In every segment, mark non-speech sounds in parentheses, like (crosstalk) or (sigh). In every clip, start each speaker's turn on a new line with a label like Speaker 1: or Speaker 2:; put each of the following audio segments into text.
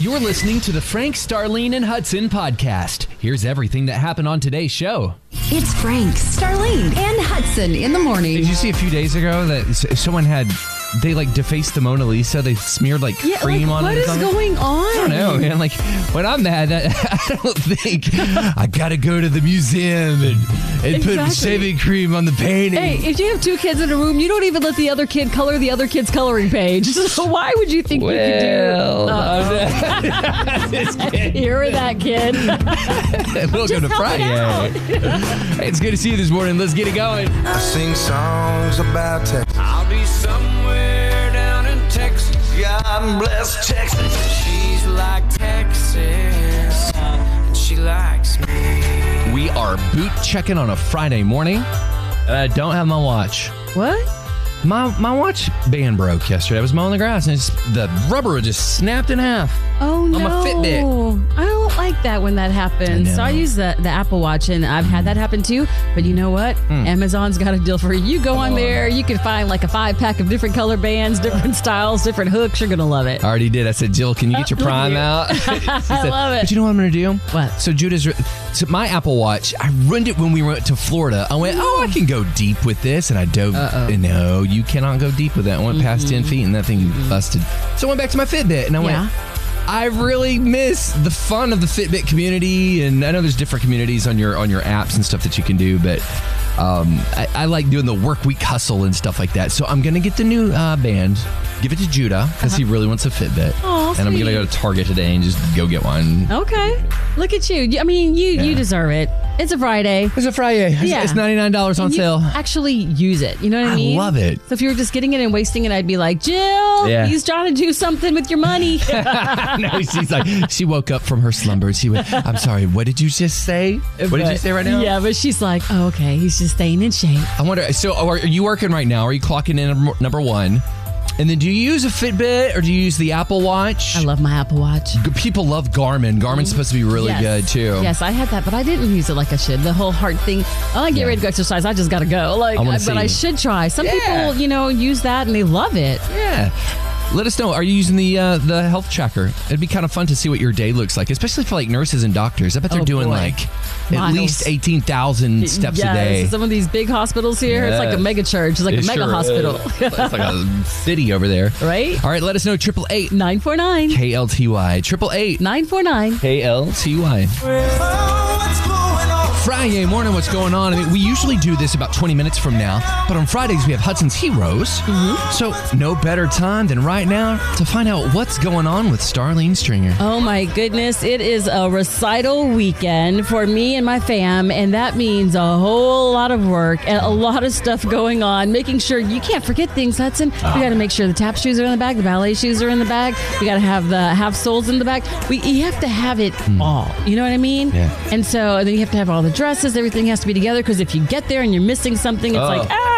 Speaker 1: You're listening to the Frank, Starlene, and Hudson podcast. Here's everything that happened on today's show.
Speaker 2: It's Frank, Starlene, and Hudson in the morning.
Speaker 3: Did you see a few days ago that s- someone had they like defaced the Mona Lisa? They smeared like cream on
Speaker 4: what
Speaker 3: it. or
Speaker 4: is
Speaker 3: something?
Speaker 4: going on?
Speaker 3: I don't know, man. Like when I'm mad, (laughs) I, I don't think I gotta go to the museum and, and put
Speaker 4: Exactly.
Speaker 3: shaving cream on the painting.
Speaker 4: Hey,
Speaker 3: (laughs)
Speaker 4: if you have two kids in a room, you don't even let the other kid color the other kid's coloring page. (laughs) So why would you think
Speaker 3: well,
Speaker 4: you could do? (laughs) Hear that, kid?
Speaker 3: welcome to
Speaker 4: help it
Speaker 3: Friday. (laughs) Hey, it's good to see you this morning. Let's get it going.
Speaker 5: I sing songs about Texas. I'll be somewhere down in Texas. God bless Texas. She's like Texas, and she likes me.
Speaker 3: We are boot checking on a Friday morning.
Speaker 1: Uh,
Speaker 3: I don't have my watch.
Speaker 4: what?
Speaker 3: My my watch band broke yesterday. I was mowing the grass and it's, the rubber just snapped in half.
Speaker 4: Oh no!
Speaker 3: a Fitbit.
Speaker 4: I don't like that when that happens.
Speaker 3: I
Speaker 4: so I
Speaker 3: know.
Speaker 4: use the, the Apple Watch, and I've had that happen too. But you know what?
Speaker 3: Hmm.
Speaker 4: Amazon's got a deal for you. You go
Speaker 3: Oh.
Speaker 4: on there, you can find like a five pack of different color
Speaker 3: (laughs)
Speaker 4: bands, different styles, different hooks. You're gonna love it.
Speaker 3: I already did. I said, Jill, can you
Speaker 4: (laughs)
Speaker 3: get your
Speaker 4: look at
Speaker 3: prime
Speaker 4: you.
Speaker 3: out? (laughs) She said,
Speaker 4: love it.
Speaker 3: But you know what I'm going to do?
Speaker 4: What?
Speaker 3: So Judah's, so my Apple Watch, I ruined it when we went to Florida. I went, oh, I can go deep with this. And I dove. And no, you cannot go deep with that. I went past 10 feet and that thing busted. So I went back to my Fitbit and I
Speaker 4: Mm-hmm. Yeah.
Speaker 3: went, I really miss the fun of the Fitbit community, and I know there's different communities on your on your apps and stuff that you can do, but um, I, I like doing the work week hustle and stuff like that. So I'm gonna get the new uh, band, give it to Judah because he really wants a Fitbit,
Speaker 4: Uh-huh. Aw,
Speaker 3: and I'm gonna
Speaker 4: sweet.
Speaker 3: go to Target today and just go get one.
Speaker 4: Okay, look at you. You- I mean, you you deserve it. It's a Friday.
Speaker 3: It's a Friday. It's-
Speaker 4: Yeah.
Speaker 3: It's ninety nine dollars on
Speaker 4: you
Speaker 3: sale. (laughs)
Speaker 4: Actually, use it. You know what I
Speaker 3: I
Speaker 4: mean?
Speaker 3: love it.
Speaker 4: So if you were just getting it and wasting it, I'd be like, Jill,
Speaker 3: Yeah.
Speaker 4: he's trying to do something with
Speaker 3: (laughs)
Speaker 4: your money.
Speaker 3: no, she's like she woke up from her slumber. She went, "I'm sorry. What did you just say? What did you
Speaker 4: But-
Speaker 3: say right now?"
Speaker 4: Yeah, but she's like, oh, okay, he's just staying in shape.
Speaker 3: I wonder. So, are are you working right now? Are you clocking in number- number one? And then, do you use a Fitbit or do you use the Apple Watch?
Speaker 4: I love my Apple Watch.
Speaker 3: G- People love Garmin. Garmin's supposed to be really
Speaker 4: Yes.
Speaker 3: good too.
Speaker 4: Yes, I had that, but I didn't use it like I should. The whole heart thing. Oh, I get ready to go exercise. I just gotta go. Like,
Speaker 3: I wanna
Speaker 4: but
Speaker 3: see.
Speaker 4: I should try. Some
Speaker 3: Yeah.
Speaker 4: people, you know, use that and they love it.
Speaker 3: Yeah. Let us know. Are you using the uh, the health tracker? It'd be kind of fun to see what your day looks like, especially for like nurses and doctors. I bet they're
Speaker 4: Oh,
Speaker 3: doing
Speaker 4: boy.
Speaker 3: like at
Speaker 4: Miles.
Speaker 3: least eighteen thousand steps
Speaker 4: yes,
Speaker 3: a day.
Speaker 4: Some of these big hospitals here, it's like
Speaker 3: Yes.
Speaker 4: a mega church. It's like
Speaker 3: It
Speaker 4: a mega
Speaker 3: sure
Speaker 4: hospital.
Speaker 3: is. it's like (laughs) a city over there,
Speaker 4: Right?
Speaker 3: All right, let us know. Triple eight
Speaker 4: 949.
Speaker 3: KLTY. Triple eight
Speaker 4: 949.
Speaker 3: KLTY.
Speaker 5: Oh, what's going on?
Speaker 3: Friday morning, what's going on? I mean, we usually do this about 20 minutes from now, but on Fridays we have Hudson's Heroes. So, no better time than right now to find out what's going on with Starlene Stringer.
Speaker 4: Oh my goodness, it is a recital weekend for me and my fam, and that means a whole lot of work and a lot of stuff going on, making sure you can't forget things, Hudson. We gotta make sure the tap shoes are in the bag, the ballet shoes are in the bag, we gotta have the half soles in the bag. We you have to have it all. You know what I mean?
Speaker 3: Hmm. Yeah.
Speaker 4: And so and then you have to have all the dresses, everything has to be together because if you get there and you're missing something, it's
Speaker 3: Oh.
Speaker 4: like ah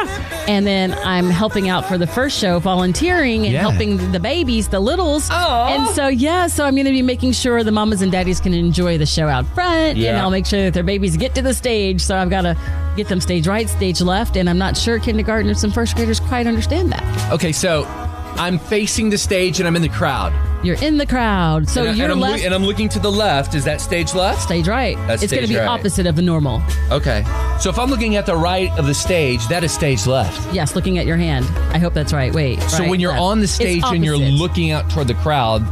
Speaker 4: and then I'm helping out for the first show, volunteering and
Speaker 3: Yeah.
Speaker 4: helping the babies, the littles.
Speaker 3: Aw.
Speaker 4: And so, yeah, so I'm going to be making sure the mamas and daddies can enjoy the show out front. And
Speaker 3: Yeah.
Speaker 4: I'll make sure that their babies get to the stage. So I've got to get them stage right, stage left. And I'm not sure kindergartners and first graders quite understand that.
Speaker 3: Okay, so I'm facing the stage and I'm in the crowd.
Speaker 4: You're in the crowd. So
Speaker 3: and, I-
Speaker 4: you're
Speaker 3: and I'm loo-
Speaker 4: left.
Speaker 3: and I'm looking to the left. Is that stage left?
Speaker 4: Stage right.
Speaker 3: That's
Speaker 4: it's going to
Speaker 3: stage
Speaker 4: be
Speaker 3: right.
Speaker 4: opposite of the normal.
Speaker 3: Okay. So, if I'm looking at the right of the stage, that is stage left.
Speaker 4: Yes, looking at your hand. I hope that's right. Wait.
Speaker 3: So,
Speaker 4: right,
Speaker 3: when you're
Speaker 4: left.
Speaker 3: on the
Speaker 4: It's
Speaker 3: stage and you're
Speaker 4: opposite.
Speaker 3: looking out toward the crowd,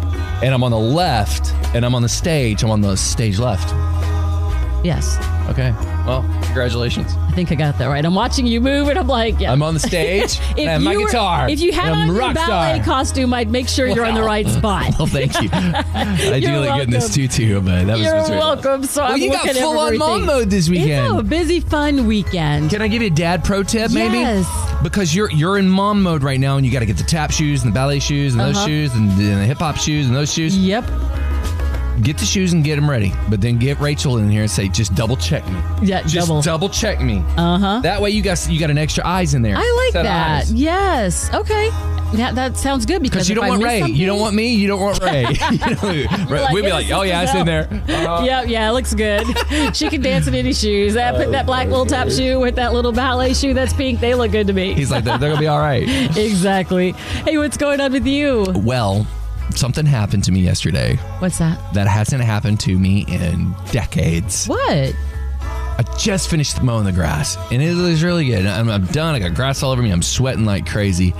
Speaker 3: and I'm on the left and I'm on the stage, I'm on the stage left.
Speaker 4: Yes,
Speaker 3: Okay. Well, congratulations.
Speaker 4: I think I got that right. I'm watching you move, and I'm like, yeah.
Speaker 3: I'm on the stage.
Speaker 4: (laughs) If
Speaker 3: and I have my
Speaker 4: you were-
Speaker 3: guitar.
Speaker 4: If you had
Speaker 3: and I'm
Speaker 4: on
Speaker 3: a
Speaker 4: your
Speaker 3: rock
Speaker 4: ballet
Speaker 3: star.
Speaker 4: costume, I'd make sure you're on the
Speaker 3: Well.
Speaker 4: right spot.
Speaker 3: (laughs) Well, thank
Speaker 4: (laughs)
Speaker 3: you. I do
Speaker 4: You're
Speaker 3: look good in this
Speaker 4: welcome.
Speaker 3: tutu, but that was
Speaker 4: You're
Speaker 3: was really-
Speaker 4: welcome. So
Speaker 3: Well,
Speaker 4: I'm
Speaker 3: you got
Speaker 4: looking at
Speaker 3: full on mom
Speaker 4: everything.
Speaker 3: mode this
Speaker 4: It's a
Speaker 3: weekend.
Speaker 4: busy, fun weekend.
Speaker 3: Can I give you a dad pro tip, maybe?
Speaker 4: Yes.
Speaker 3: Because you're you're in mom mode right now, and you got to get the tap shoes and the ballet shoes and those
Speaker 4: Uh-huh.
Speaker 3: shoes and, and the hip hop shoes and those shoes.
Speaker 4: yep.
Speaker 3: Get the shoes and get them ready, but then get Rachel in here and say, just double check me.
Speaker 4: Yeah,
Speaker 3: Just
Speaker 4: double.
Speaker 3: check me.
Speaker 4: Uh huh.
Speaker 3: That way you got you got an extra eyes in there.
Speaker 4: I like
Speaker 3: Set of
Speaker 4: that.
Speaker 3: eyes.
Speaker 4: Yes. Okay. That that sounds good
Speaker 3: Because
Speaker 4: because
Speaker 3: you
Speaker 4: if
Speaker 3: don't
Speaker 4: I
Speaker 3: want
Speaker 4: miss
Speaker 3: Ray.
Speaker 4: something-
Speaker 3: You don't want me. You don't want
Speaker 4: (laughs)
Speaker 3: Ray. (laughs) You know, Ray-
Speaker 4: Like,
Speaker 3: We'd be like, oh, yeah, it's in there. (laughs) Uh,
Speaker 4: (laughs) Yeah, yeah, it
Speaker 3: (laughs)
Speaker 4: looks good. she can dance in any shoes. That put that black little top shoe with that little ballet shoe that's pink. They look good to me.
Speaker 3: He's like, they're, they're going to be all right.
Speaker 4: exactly. Hey, what's going on with you?
Speaker 3: Well, Something happened to me yesterday
Speaker 4: What's that?
Speaker 3: that hasn't happened to me in decades.
Speaker 4: What?
Speaker 3: I just finished mowing the grass and it looks really good. I'm, I'm done. I got grass all over me. I'm sweating like crazy.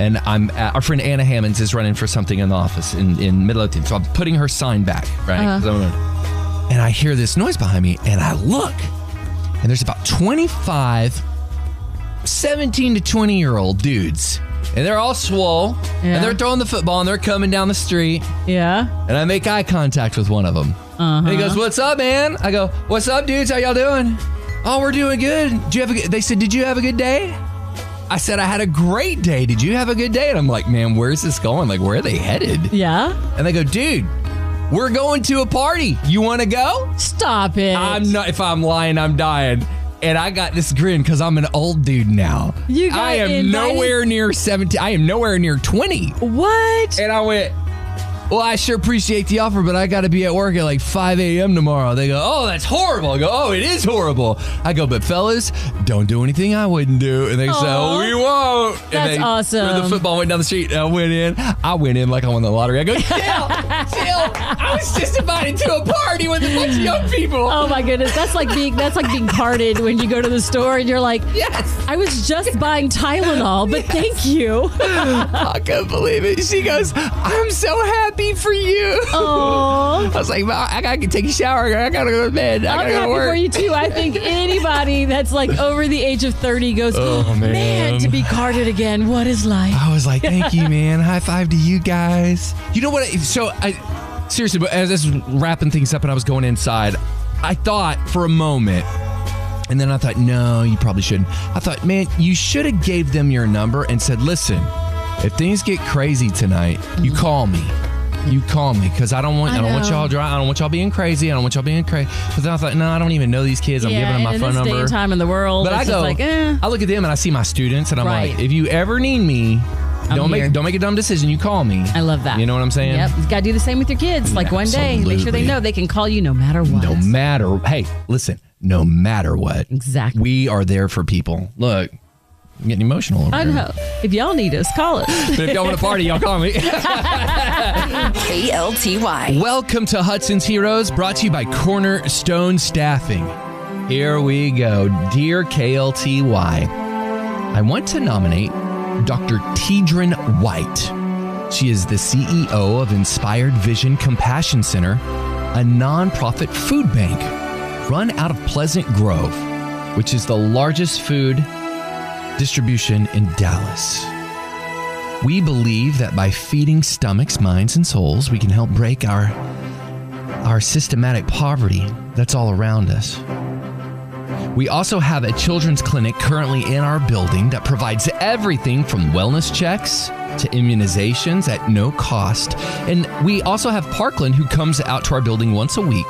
Speaker 3: And I'm at, our friend Anna Hammonds is running for something in the office in, in Midlothian. So I'm putting her sign back, right? 'Cause I'm gonna- and I hear this noise behind me and I look and there's about 25, 17 to 20 year old dudes. And they're all swole
Speaker 4: Yeah.
Speaker 3: and they're throwing the football and they're coming down the street
Speaker 4: Yeah.
Speaker 3: and I make eye contact with one of them.
Speaker 4: Uh-huh.
Speaker 3: And he goes, "What's up, man?" I go, "What's up, dudes? How y'all doing?" "Oh, we're doing good. Did you have a good?" They said, "Did you have a good day?" I said, "I had a great day. Did you have a good day?" And I'm like, "Man, where's this going? Like, where are they headed?"
Speaker 4: Yeah.
Speaker 3: And they go, "Dude, we're going to a party. You want to go?"
Speaker 4: Stop it.
Speaker 3: I'm not. If I'm lying, I'm dying. And I got this grin because I'm an old dude now.
Speaker 4: You got
Speaker 3: I am
Speaker 4: invited-
Speaker 3: nowhere near 17. I am nowhere near 20.
Speaker 4: What?
Speaker 3: And I went, Well, I sure appreciate the offer, but I got to be at work at like 5 a.m. tomorrow. They go, Oh, that's horrible. I go, Oh, it is horrible. I go, But fellas, don't do anything I wouldn't do. And they said,
Speaker 4: Aw.
Speaker 3: Oh, we won't. And
Speaker 4: That's
Speaker 3: they
Speaker 4: awesome.
Speaker 3: threw The football went down the street. And I went in. I went in like I won the lottery. I go, Jill, Jill, I was just invited to a party with a bunch of young people.
Speaker 4: Oh my goodness. That's like being that's like being carded when you go to the store and you're like,
Speaker 3: Yes.
Speaker 4: I was just buying Tylenol, but thank you.
Speaker 3: I couldn't believe it. She goes, I'm so happy for you.
Speaker 4: Oh.
Speaker 3: (laughs) I was like, "Well, I gotta take a shower. I gotta go to bed. I
Speaker 4: I'm
Speaker 3: gotta go
Speaker 4: happy
Speaker 3: to work.
Speaker 4: for you too. I think anybody that's like over the age of 30 goes,
Speaker 3: Oh, man.
Speaker 4: to be carded again. What is life?
Speaker 3: I was like, thank you, man. High five to you guys. You know what? I- So I seriously, but as I was wrapping things up and I was going inside, I thought for a moment, and then I thought, no, you probably shouldn't. I thought, man, you should have gave them your number and said, listen, if things get crazy tonight, you call me. You call me because I don't want
Speaker 4: I
Speaker 3: Mm-hmm. I, don't want
Speaker 4: know.
Speaker 3: y'all dry. I don't want y'all being crazy. I don't want y'all being crazy. But then I thought, no, I don't even know these kids. I'm giving them my
Speaker 4: and
Speaker 3: phone
Speaker 4: in this
Speaker 3: number.
Speaker 4: day and time in the world,
Speaker 3: But
Speaker 4: it's
Speaker 3: I
Speaker 4: just
Speaker 3: go,
Speaker 4: like, eh.
Speaker 3: I look at them and I see my students, and I'm like,
Speaker 4: Right.
Speaker 3: if you ever need me, don't
Speaker 4: here.
Speaker 3: make don't make a dumb decision. You call me.
Speaker 4: I love that.
Speaker 3: You know what I'm saying?
Speaker 4: Yep. You got to do the same with your kids. Like one day, make sure
Speaker 3: Absolutely.
Speaker 4: they know they can call you no matter what.
Speaker 3: No matter. Hey, listen. No matter what,
Speaker 4: Exactly.
Speaker 3: We are there for people. Look, I'm getting emotional. Over
Speaker 4: I
Speaker 3: here.
Speaker 4: know. If y'all need us, call us.
Speaker 3: But if y'all want to party, y'all call me.
Speaker 2: KLTY.
Speaker 3: Welcome to Hudson's Heroes, brought to you by Cornerstone Staffing. Here we go. Dear KLTY, I want to nominate Dr. Tidrin White. She is the CEO of Inspired Vision Compassion Center, a nonprofit food bank run out of Pleasant Grove, which is the largest food distribution in Dallas. We believe that by feeding stomachs, minds, and souls, we can help break our our systematic poverty that's all around us. We also have a children's clinic currently in our building that provides everything from wellness checks to immunizations at no cost. And we also have Parkland, who comes out to our building once a week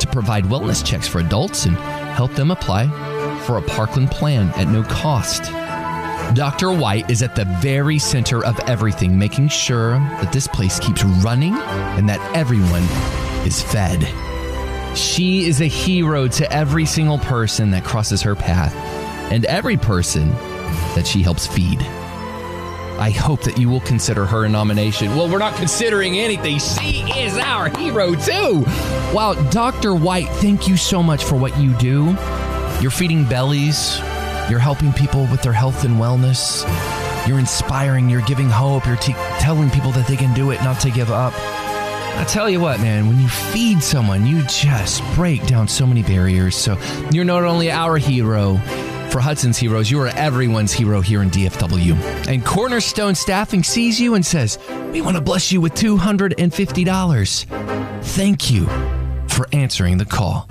Speaker 3: to provide wellness checks for adults and help them apply for a Parkland plan at no cost. Dr. White is at the very center of everything, making sure that this place keeps running and that everyone is fed. She is a hero to every single person that crosses her path and every person that she helps feed. I hope that you will consider her a nomination. Well, we're not considering anything. She is our hero, too. Wow, Dr. White, thank you so much for what you do. You're feeding bellies, you're helping people with their health and wellness, you're inspiring, you're giving hope, you're te- telling people that they can do it, not to give up. I tell you what, man, when you feed someone, you just break down so many barriers. So you're not only our hero for Hudson's Heroes, you are everyone's hero here in DFW. And Cornerstone Staffing sees you and says, We want to bless you with $250. Thank you for answering the call.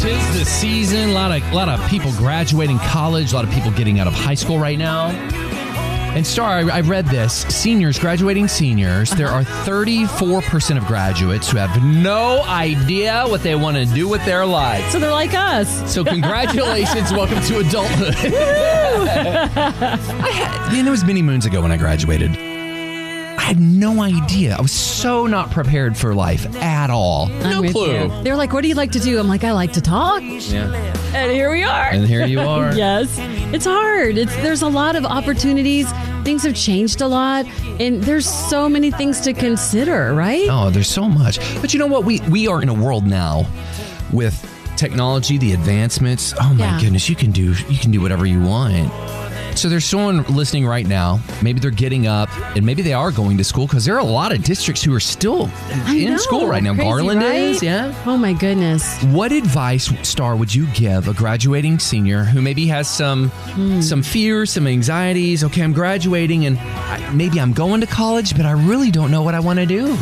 Speaker 3: Tis the season. A lot of lot of people graduating college. A lot of people getting out of high school right now. And Star, I, I read this: seniors graduating seniors. There are 34 percent of graduates who have no idea what they want to do with their lives.
Speaker 4: so they're like us. (laughs)
Speaker 3: So congratulations, welcome to adulthood. (laughs) I had, man, it was many moons ago when I graduated. I had no idea. I was so not prepared for life at all.
Speaker 4: I'm
Speaker 3: no
Speaker 4: with
Speaker 3: clue.
Speaker 4: you. They're like, what do you like to do? I'm like, I like to talk.
Speaker 3: Yeah.
Speaker 4: And here we are.
Speaker 3: And here you
Speaker 4: (laughs)
Speaker 3: are.
Speaker 4: yes. It's hard. It's there's a lot of opportunities. Things have changed a lot. And there's so many things to consider, right?
Speaker 3: Oh, there's so much. But you know what? We we are in a world now with technology, the advancements. Oh my
Speaker 4: Yeah.
Speaker 3: goodness, you can do you can do whatever you want. So there's someone listening right now. Maybe they're getting up, and maybe they are going to school because there are a lot of districts who are still
Speaker 4: I
Speaker 3: in
Speaker 4: know.
Speaker 3: school right now.
Speaker 4: Crazy,
Speaker 3: Garland
Speaker 4: right?
Speaker 3: is, yeah.
Speaker 4: Oh my goodness.
Speaker 3: What advice, Star, would you give a graduating senior who maybe has some
Speaker 4: Hmm.
Speaker 3: some fears, some anxieties? Okay, I'm graduating, and I, maybe I'm going to college, but I really don't know what I want to do.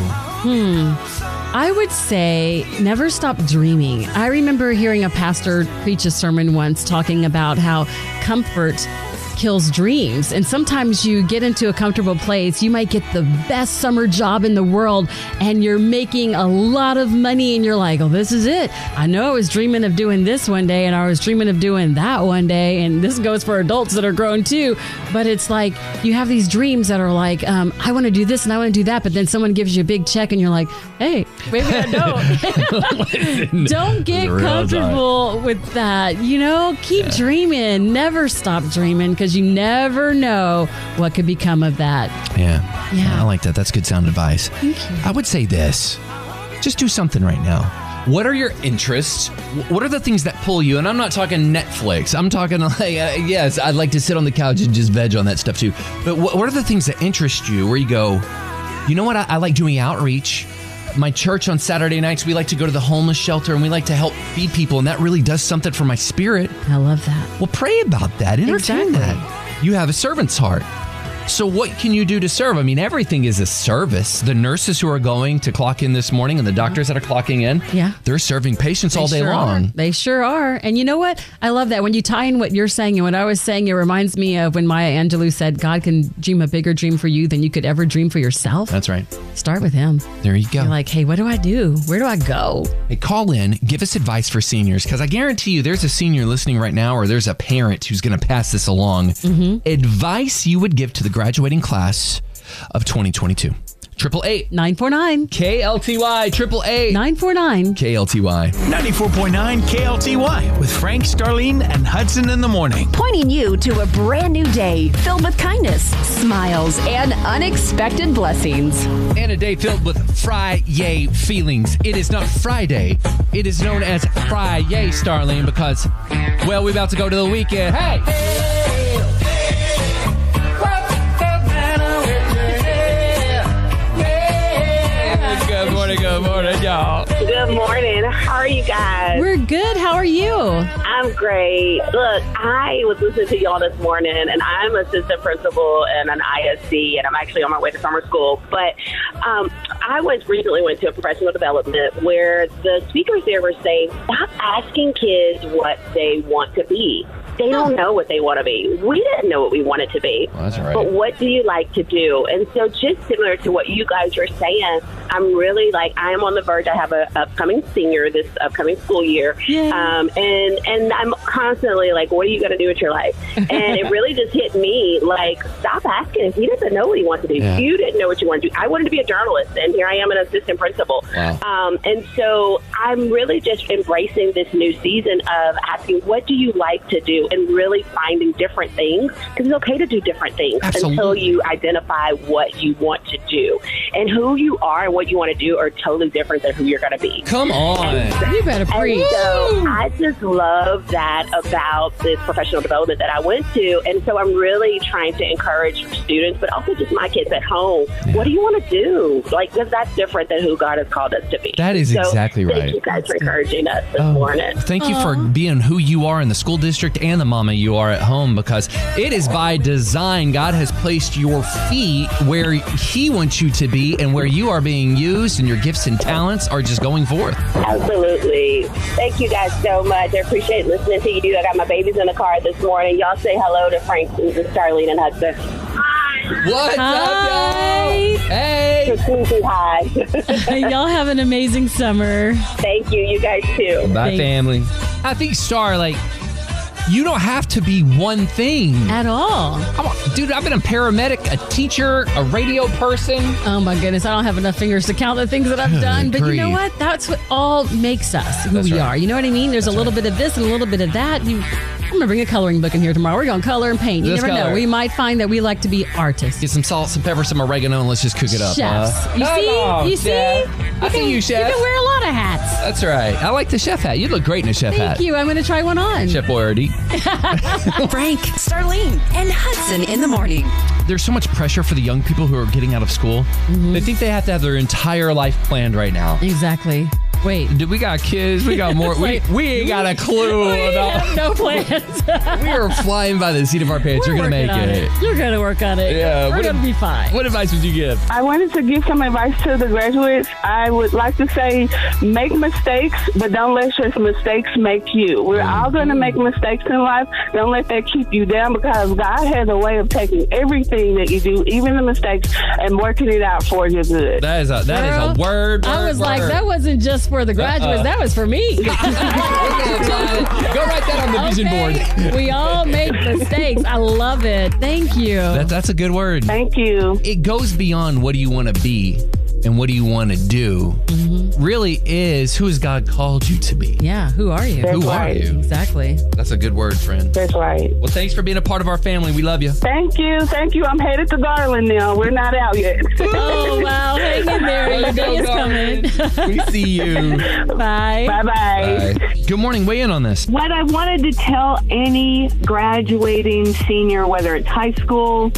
Speaker 4: I would say never stop dreaming. I remember hearing a pastor preach a sermon once talking about how comfort kills dreams. And sometimes you get into a comfortable place, you might get the best summer job in the world, and you're making a lot of money, and you're like, oh, this is it. I know I was dreaming of doing this one day, and I was dreaming of doing that one day. And this goes for adults that are grown too. But it's like you have these dreams that are like, um, I want to do this and I want to do that. But then someone gives you a big check, and you're like, hey, maybe
Speaker 6: (laughs)
Speaker 4: I don't. don't get
Speaker 6: Real time.
Speaker 4: comfortable with that. You know, keep dreaming. Never stop dreaming because you never know what could become of that.
Speaker 3: Yeah. I
Speaker 4: Yeah.
Speaker 3: like that. That's good sound advice. Thank you. I would say this just do something right now. What are your interests? Wh- What are the things that pull you? And I'm not talking Netflix. I'm talking (laughs) like, uh, yes, I'd like to sit on the couch and just veg on that stuff too. But wh- what are the things that interest you where you go, you know what? I, I like doing outreach. My church on Saturday nights, we like to go to the homeless shelter and we like to help feed people. And that really does something for my spirit.
Speaker 4: I love that.
Speaker 3: Well, pray about that. Entertain
Speaker 4: Exactly.
Speaker 3: that. You have a servant's heart. So, what can you do to serve? I mean, everything is a service. The nurses who are going to clock in this morning and the doctors that are clocking in,
Speaker 4: Yeah.
Speaker 3: they're serving patients all
Speaker 4: They
Speaker 3: day
Speaker 4: sure
Speaker 3: long.
Speaker 4: are. They sure are. And you know what? I love that. When you tie in what you're saying and what I was saying, it reminds me of when Maya Angelou said, God can dream a bigger dream for you than you could ever dream for yourself.
Speaker 3: That's right.
Speaker 4: Start with Him.
Speaker 3: There you go.
Speaker 4: You're like, hey, what do I do? Where do I go?
Speaker 3: Hey, call in, give us advice for seniors, because I guarantee you there's a senior listening right now, or there's a parent who's going to pass this along.
Speaker 4: Mm-hmm.
Speaker 3: Advice you would give to the graduating class of 2022. Triple eight
Speaker 4: 949
Speaker 3: KLTY, triple eight
Speaker 4: 949.
Speaker 3: KLTY.
Speaker 6: 94.9 KLTY with Frank, Starlene, and Hudson in the morning.
Speaker 2: Pointing you to a brand new day filled with kindness, smiles, and unexpected blessings.
Speaker 3: and a day filled with fry-yay feelings. It is not Friday. It is known as fry-yay, Starling, because, well, we're about to go to the weekend. Hey! Good morning, good morning, y'all.
Speaker 7: Good morning. How are you guys?
Speaker 4: We're good. How are you?
Speaker 7: I'm great. Look, I was listening to y'all this morning, and I'm assistant principal in an ISD, and I'm actually on my way to summer school. But um, I was recently went to a professional development where the speakers there were saying, "Stop asking kids what they want to be. They don't know what they want to be. We didn't know what we wanted to be.
Speaker 3: Well, that's all right.
Speaker 7: But what do you like to do? And so, just similar to what you guys were saying, I'm really like I am on the verge. I have a upcoming senior this upcoming school year,
Speaker 4: Yay.
Speaker 7: um, and and I'm constantly like, what are you going to do with your life? And it really just hit me like, stop asking. If he doesn't know what he wants to do,
Speaker 3: Yeah.
Speaker 7: you didn't know what you want to do. I wanted to be a journalist, and here I am, an assistant principal.
Speaker 3: Wow.
Speaker 7: Um, and so I'm really just embracing this new season of asking, what do you like to do? And really finding different things. Because it's okay to do different things until
Speaker 3: Absolutely.
Speaker 7: you identify what you want to do. And who you are and what you want to do are totally different than who you're going to be.
Speaker 3: Come on.
Speaker 4: You better
Speaker 7: And
Speaker 4: preach.
Speaker 7: so I just love that about this professional development that I went to. And so I'm really trying to encourage students, but also just my kids at home. What do you want to do? Like, because that's different than who God has called us to be.
Speaker 3: That is
Speaker 7: So
Speaker 3: exactly right.
Speaker 7: Thank you guys for encouraging us this
Speaker 3: Oh,
Speaker 7: morning.
Speaker 3: Thank you for being who you are in the school district and the mama you are at home because it is by design. God has placed your feet where He wants you to be and where you are being used and your gifts and talents are just going forth.
Speaker 7: Absolutely. Thank you guys so much. I appreciate listening to you. I got my babies in the car this morning. Y'all say hello to Frank, Susan, Starlene, and Hudson. Hi.
Speaker 3: What's up, y'all?
Speaker 4: Hi.
Speaker 3: Hey!
Speaker 7: Susie, hi. (laughs)
Speaker 4: Y'all have an amazing summer.
Speaker 7: Thank you. You guys too.
Speaker 3: Bye,
Speaker 4: Thanks.
Speaker 3: family. I think Star, like, You don't have to be one thing.
Speaker 4: at all.
Speaker 3: Come on, dude, I've been a paramedic, a teacher, a radio person.
Speaker 4: Oh my goodness, I don't have enough fingers to count the
Speaker 3: (laughs)
Speaker 4: things that I've done. But you know
Speaker 3: grief.
Speaker 4: what? That's what all makes us who we
Speaker 3: right.
Speaker 4: are. You know what I mean? There's a little bit of this and a little bit of that. You, I'm gonna bring a coloring book in here tomorrow. We're gonna color and paint. You
Speaker 3: Let's
Speaker 4: never know.
Speaker 3: color.
Speaker 4: We might find that we like to be artists.
Speaker 3: Get some salt, some pepper, some oregano, and let's just cook it up.
Speaker 4: Chefs.
Speaker 3: huh?
Speaker 4: you
Speaker 3: Come
Speaker 4: see?
Speaker 3: on,
Speaker 4: you see?
Speaker 3: Chef.
Speaker 4: You
Speaker 3: I see you, chef.
Speaker 4: You can wear a lot of hats.
Speaker 3: That's right. I like the chef hat. You look great in a chef hat.
Speaker 4: Thank you. I'm gonna try one on.
Speaker 3: Chef
Speaker 4: (laughs)
Speaker 3: Boyardee.
Speaker 2: Frank, Starlene, and Hudson in the morning.
Speaker 3: There's so much pressure for the young people who are getting out of school.
Speaker 4: Mm-hmm.
Speaker 3: They think they have to have their entire life planned right now.
Speaker 4: Exactly. Wait.
Speaker 3: Dude, we got kids. We got
Speaker 4: (laughs)
Speaker 3: more.
Speaker 4: like-
Speaker 3: we, we ain't got a clue.
Speaker 4: (laughs) We
Speaker 3: about-
Speaker 4: have
Speaker 3: (laughs)
Speaker 4: no plans.
Speaker 3: we are flying by the seat of our pants.
Speaker 4: We're
Speaker 3: You're gonna
Speaker 4: working
Speaker 3: make
Speaker 4: on
Speaker 3: it.
Speaker 4: You're gonna work on it.
Speaker 3: Yeah,
Speaker 4: We're
Speaker 3: what
Speaker 4: gonna
Speaker 3: a-
Speaker 4: be fine.
Speaker 3: What advice would you give?
Speaker 8: I wanted to give some advice to the graduates. I would like to say make mistakes, but don't let your mistakes make you. We're all going to make mistakes in life. Don't let that keep you down because God has a way of taking everything that you do, even the mistakes, and working it out for your good.
Speaker 3: That is a that is
Speaker 4: Girl,
Speaker 3: a Uh-uh. word.
Speaker 4: I
Speaker 3: word,
Speaker 4: was like,
Speaker 3: word.
Speaker 4: that wasn't just for the graduates. That was for me.
Speaker 3: (laughs)
Speaker 4: (laughs)
Speaker 3: We're gonna apply it. Go write that on the vision board.
Speaker 4: Okay. we all make mistakes. I love it. Thank you.
Speaker 3: That, that's a good word.
Speaker 8: Thank you.
Speaker 3: It goes beyond what do you want to be and what do you want to do. Really is who has God called you to be?
Speaker 4: yeah. Who are you?
Speaker 8: That's
Speaker 3: Who are
Speaker 8: right.
Speaker 3: you?
Speaker 4: Exactly.
Speaker 3: That's a good word, friend.
Speaker 8: That's right.
Speaker 3: Well, thanks for being a part of our family. We love you.
Speaker 8: Thank you. Thank you. I'm headed to Garland now. We're not out yet. (laughs)
Speaker 4: Oh wow! Hang in there. Your day is coming. (laughs)
Speaker 3: we see you.
Speaker 4: Bye.
Speaker 8: bye bye.
Speaker 3: Good morning. Weigh in on this.
Speaker 9: What I wanted to tell any graduating senior, whether it's high school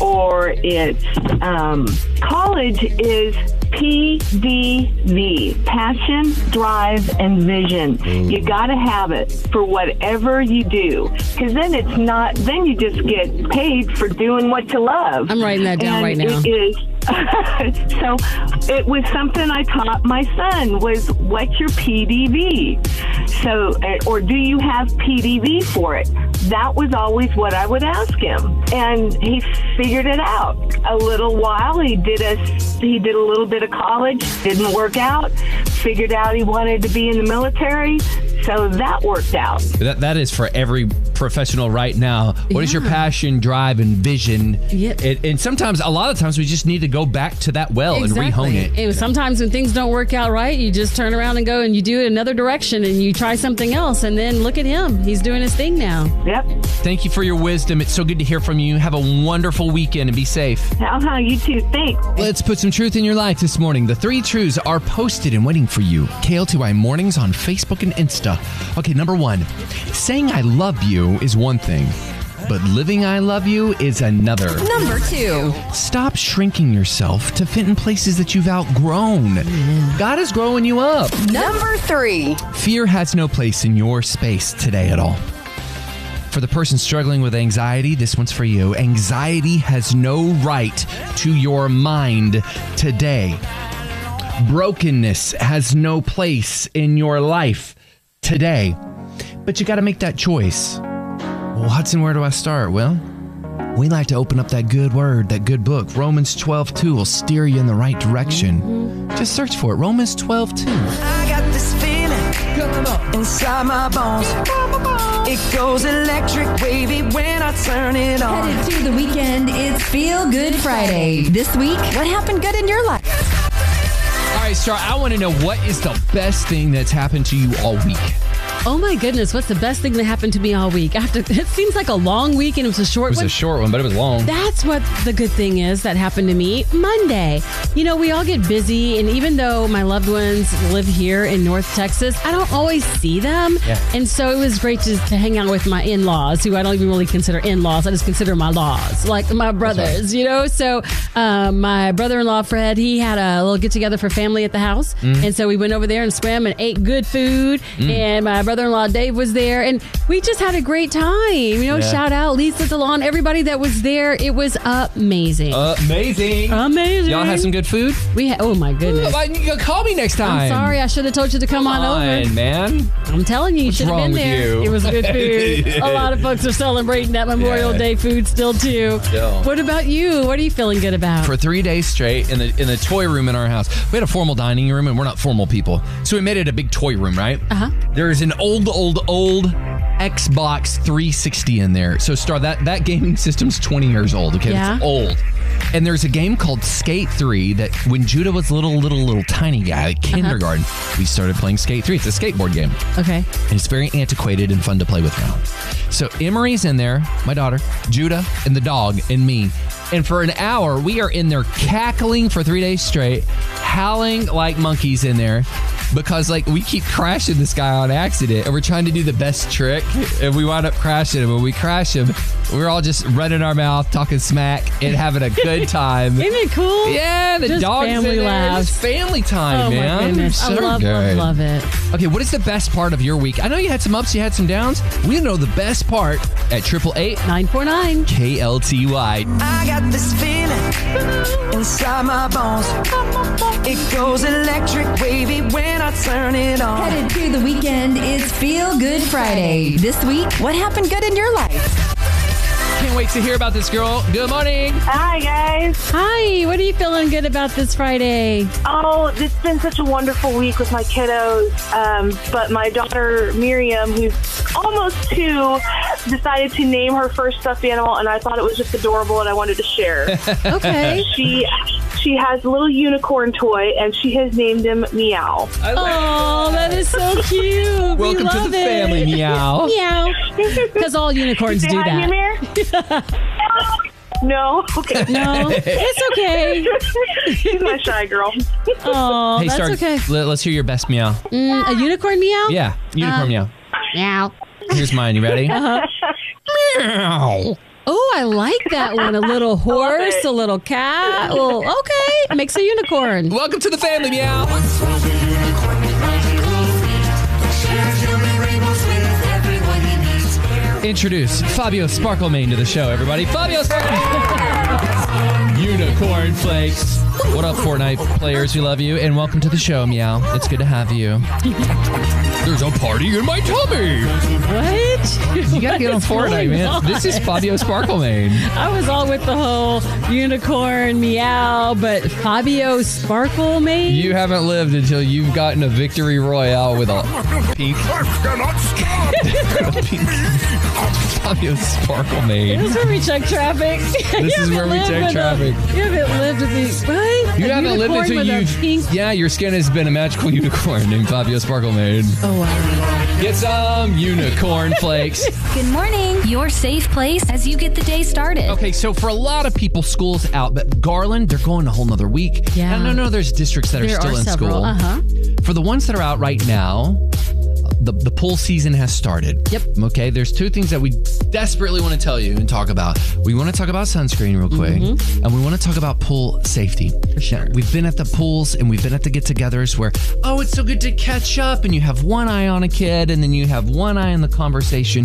Speaker 9: or it's um, college, is PDV passion, drive, and vision. You got to have it for whatever you do because then it's not, then you just get paid for doing what you love.
Speaker 4: I'm writing that down
Speaker 9: And
Speaker 4: right now.
Speaker 9: It is. (laughs) so it was something I taught my son was what's your PDV? So uh, or do you have PDV for it? That was always what I would ask him, and he figured it out. A little while he did a he did a little bit of college, didn't work out. Figured out he wanted to be in the military, so that worked out.
Speaker 3: That, that is for every professional right now. What is your
Speaker 4: Yeah.
Speaker 3: passion, drive, and vision?
Speaker 4: Yeah.
Speaker 3: And, and sometimes, a lot of times, we just need to go back to that well and rehone it.
Speaker 4: was- sometimes when things don't work out right, you just turn around and go and you do it another direction and you try something else. And then look at him. He's doing his thing now.
Speaker 9: Yep.
Speaker 3: Thank you for your wisdom. It's so good to hear from you. Have a wonderful weekend and be safe.
Speaker 9: How Uh-huh, you two think?
Speaker 3: Let's put some truth in your life this morning. The three truths are posted and waiting for you. KLTY mornings on Facebook and Insta. Okay, number one saying I love you is one thing, but living I love you is another.
Speaker 2: Number two.
Speaker 3: Stop shrinking yourself to fit in places that you've outgrown. God is growing you up.
Speaker 2: Number three.
Speaker 3: Fear has no place in your space today at all. For the person struggling with anxiety, this one's for you. Anxiety has no right to your mind today. Brokenness has no place in your life today. But you got to make that choice. Well, Hudson, where do I start? Well, we like to open up that good word, that good book. Romans 12 2 will steer you in the right direction. Just search for it. Romans 12 2.
Speaker 5: I got this feeling inside my bones. It goes electric wavy when I turn it on.
Speaker 2: Headed to the weekend, it's Feel Good Friday. This week, what happened good in your life?
Speaker 3: All right, Star, I want to know what is the best thing that's happened to you all week?
Speaker 4: Oh my goodness! What's the best thing that happened to (laughs) me all week? After it seems like a long week and it was a short one.
Speaker 3: short one, but it was long.
Speaker 4: That's what the good thing is that happened to me Monday. You know, we all get busy, and even though my loved ones live here in North Texas, I don't always see them.
Speaker 3: Yeah.
Speaker 4: And so it was great to, to hang out with my in laws, who I don't even really consider in laws. I just consider my laws, like my brothers, you know? So uh, my brother in law, Fred, he had a little get together for family at the house.
Speaker 3: Mm-hmm.
Speaker 4: And so we went over there and swam and ate good food.
Speaker 3: Mm.
Speaker 4: And my brother in law, Dave, was there. And we just had a great time. You know,
Speaker 3: Yeah.
Speaker 4: shout shout out Lisa DeLon, everybody that was there. It was amazing.
Speaker 3: Amazing.
Speaker 4: amazing.
Speaker 3: Y'all had some good food?
Speaker 4: We ha- oh my goodness.
Speaker 3: Why didn't you call me next time?
Speaker 4: I'm sorry, I should have told you to come,
Speaker 3: Come
Speaker 4: on over.
Speaker 3: on, man.
Speaker 4: I'm telling you, you should have
Speaker 3: wrong
Speaker 4: been
Speaker 3: with
Speaker 4: there.
Speaker 3: you?
Speaker 4: It was
Speaker 3: (laughs)
Speaker 4: good food. A lot of folks are celebrating that Memorial
Speaker 3: Yeah.
Speaker 4: Day food still too.
Speaker 3: Yeah.
Speaker 4: What about you? What are you feeling good about?
Speaker 3: For three days straight in the in the toy room in our house. We had a formal dining room and we're not formal people. So we made it a big toy room, right? Uh-huh. There is an old, old, old Xbox 360 in there. So Star, that that gaming system's 20 years old. Okay,
Speaker 4: Yeah.
Speaker 3: it's old. And there's a game called Skate 3 that when Judah was little, little, little tiny guy, kindergarten, we started playing Skate 3. It's a skateboard game.
Speaker 4: Okay.
Speaker 3: And it's very antiquated and fun to play with now. So Emery's in there, my daughter, Judah, and the dog, and me. And for an hour, we are in there cackling for three days straight, howling like monkeys in there because, like, we keep crashing this guy on accident and we're trying to do the best trick and we wind up crashing him. When we crash him, we're all just running our mouth, talking smack, and having a
Speaker 4: (laughs)
Speaker 3: good time.
Speaker 4: Isn't it cool?
Speaker 3: Yeah, the
Speaker 4: Just
Speaker 3: dog's in
Speaker 4: family
Speaker 3: there.
Speaker 4: laughs.
Speaker 3: It's family time,
Speaker 4: Oh
Speaker 3: man.
Speaker 4: my goodness. I
Speaker 3: So
Speaker 4: love,
Speaker 3: good.
Speaker 4: love, love it.
Speaker 3: Okay, what is the best part of your week? I know you had some ups, you had some downs. We know the best part at triple eight
Speaker 4: 949.
Speaker 3: KLTY.
Speaker 5: I got this feeling inside my bones. It goes electric wavy when I turn it on.
Speaker 2: Headed to the weekend, it's Feel Good Friday. This week, what happened good in your life?
Speaker 3: Can't wait to hear about this girl. Good morning.
Speaker 9: Hi, guys.
Speaker 4: Hi, what are you feeling good about this Friday?
Speaker 3: (laughs)
Speaker 9: Oh, it's been such a wonderful week with my kiddos. Um, but my daughter, Miriam, who's almost two, decided to name her first stuffed animal, and I thought it was just adorable, and I wanted to share.
Speaker 4: Okay.
Speaker 9: she she has a little unicorn toy, and she has named him Meow.
Speaker 4: oh, that is so cute. we
Speaker 3: Welcome
Speaker 4: love
Speaker 3: to the
Speaker 4: it.
Speaker 3: family, (laughs) meow.
Speaker 4: Meow.
Speaker 3: (laughs)
Speaker 4: Because all unicorns
Speaker 9: Say
Speaker 4: do
Speaker 9: hi,
Speaker 4: that.
Speaker 9: Mimir. no, (laughs) okay.
Speaker 3: (laughs)
Speaker 4: No, it's okay.
Speaker 9: She's my shy girl.
Speaker 4: Oh,
Speaker 3: hey,
Speaker 4: that's
Speaker 3: Star,
Speaker 4: okay.
Speaker 3: let- let's hear your best meow.
Speaker 4: Mm, a unicorn meow?
Speaker 3: Yeah,
Speaker 4: Uh,
Speaker 3: unicorn
Speaker 4: (laughs)
Speaker 3: meow.
Speaker 4: Meow.
Speaker 3: Here's mine. You ready? Meow.
Speaker 4: Oh, I like that one.
Speaker 3: (laughs)
Speaker 4: A little horse, a little cat. Well, okay. Makes a unicorn.
Speaker 3: Welcome to the family, meow. Introduce Fabio Sparklemane to the show, everybody. Fabio Sparklemane. Unicorn flakes. What up, Fortnite players? We love you and welcome to the show, meow. It's good to have you. There's a party in my tummy.
Speaker 4: What?
Speaker 3: (laughs) You gotta get on
Speaker 4: is
Speaker 3: Fortnite,
Speaker 4: going
Speaker 3: man.
Speaker 4: on?
Speaker 3: This is Fabio Sparklemane.
Speaker 4: I was all with the whole unicorn meow, but Fabio Sparkle made.
Speaker 3: You haven't lived until you've gotten a victory royale with a pink Fabio Sparklemane.
Speaker 4: This is where we check traffic. (laughs)
Speaker 3: This
Speaker 4: You
Speaker 3: is where
Speaker 4: haven't
Speaker 3: we
Speaker 4: lived
Speaker 3: check
Speaker 4: with a-
Speaker 3: traffic.
Speaker 4: you haven't lived with these. What?
Speaker 3: You
Speaker 4: A
Speaker 3: haven't lived
Speaker 4: unicorn
Speaker 3: until
Speaker 4: with a
Speaker 3: you've.
Speaker 4: pink.
Speaker 3: Yeah, your skin has been a magical unicorn named Fabio Sparklemane.
Speaker 4: Oh, wow.
Speaker 3: Get some unicorn flakes.
Speaker 2: Good morning, your safe place as you get the day started.
Speaker 3: (laughs) Okay, so for a lot of people, school's out, but Garland, they're going a whole nother week.
Speaker 4: Yeah.
Speaker 3: I don't know. There's districts that are
Speaker 4: There
Speaker 3: still
Speaker 4: are
Speaker 3: in
Speaker 4: several.
Speaker 3: school.
Speaker 4: Uh huh.
Speaker 3: For the ones that are out right now, the, the pool season has started.
Speaker 4: Yep.
Speaker 3: Okay, there's two things that we desperately want to tell you and talk about. We want to talk about sunscreen real quick, and we want to talk about pool safety. Now, We've been at the pools and we've been at the get togethers where, oh, it's so good to catch up, and you have one eye on a kid, and then you have one eye on the conversation.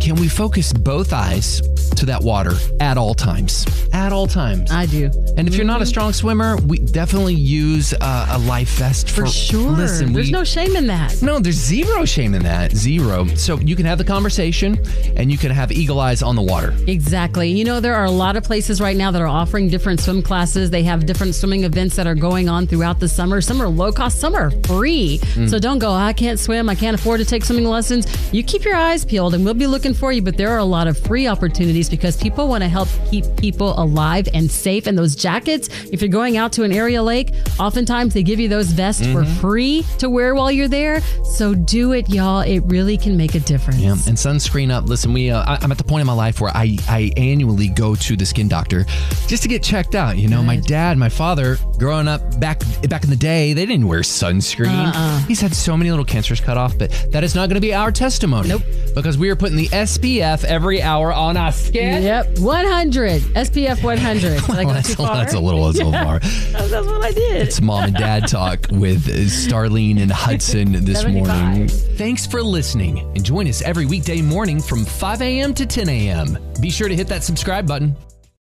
Speaker 3: Can we focus both eyes to that water at all times? At all times.
Speaker 4: I do.
Speaker 3: And if you're not a strong swimmer, we definitely use uh, a life vest for,
Speaker 4: For sure.
Speaker 3: Listen,
Speaker 4: There's
Speaker 3: we,
Speaker 4: no shame in that.
Speaker 3: no, there's zero shame in that. Zero. So you can have the conversation, and you can have eagle eyes on the water.
Speaker 4: Exactly. You know, there are a lot of places right now that are offering different swim classes. They have different swimming events that are going on throughout the summer. Some are low cost, some are free. So don't go, I can't swim, I can't afford to take swimming lessons. You keep your eyes peeled and we'll be looking for you. But there are a lot of free opportunities because people want to help keep people alive and safe. And those jackets, if you're going out to an area lake, oftentimes they give you those vests for free to wear while you're there. So do it, y'all. It really can make a difference.
Speaker 3: Yeah, and sunscreen up. Listen, we uh, I, I'm at the point in my life where I I annually go to the skin doctor just to get checked out. You know, my dad, my father, growing up back back in the day, they didn't wear sunscreen.
Speaker 4: Uh-uh.
Speaker 3: He's had so many little cancers cut off, but that is not going to be our testimony. Nope, because we are putting the SPF every hour on our skin.
Speaker 4: Yep, 100 SPF 100. Did I
Speaker 3: (laughs)
Speaker 4: go
Speaker 3: That's,
Speaker 4: too far?
Speaker 3: that's a little
Speaker 4: (laughs)
Speaker 3: so far.
Speaker 4: That's what I did.
Speaker 3: It's mom and dad talk with uh, Starlene and Hudson this
Speaker 4: 75.
Speaker 3: morning. Thanks for listening and join us every weekday morning from 5 a.m. to 10 a.m. Be sure to hit that subscribe button.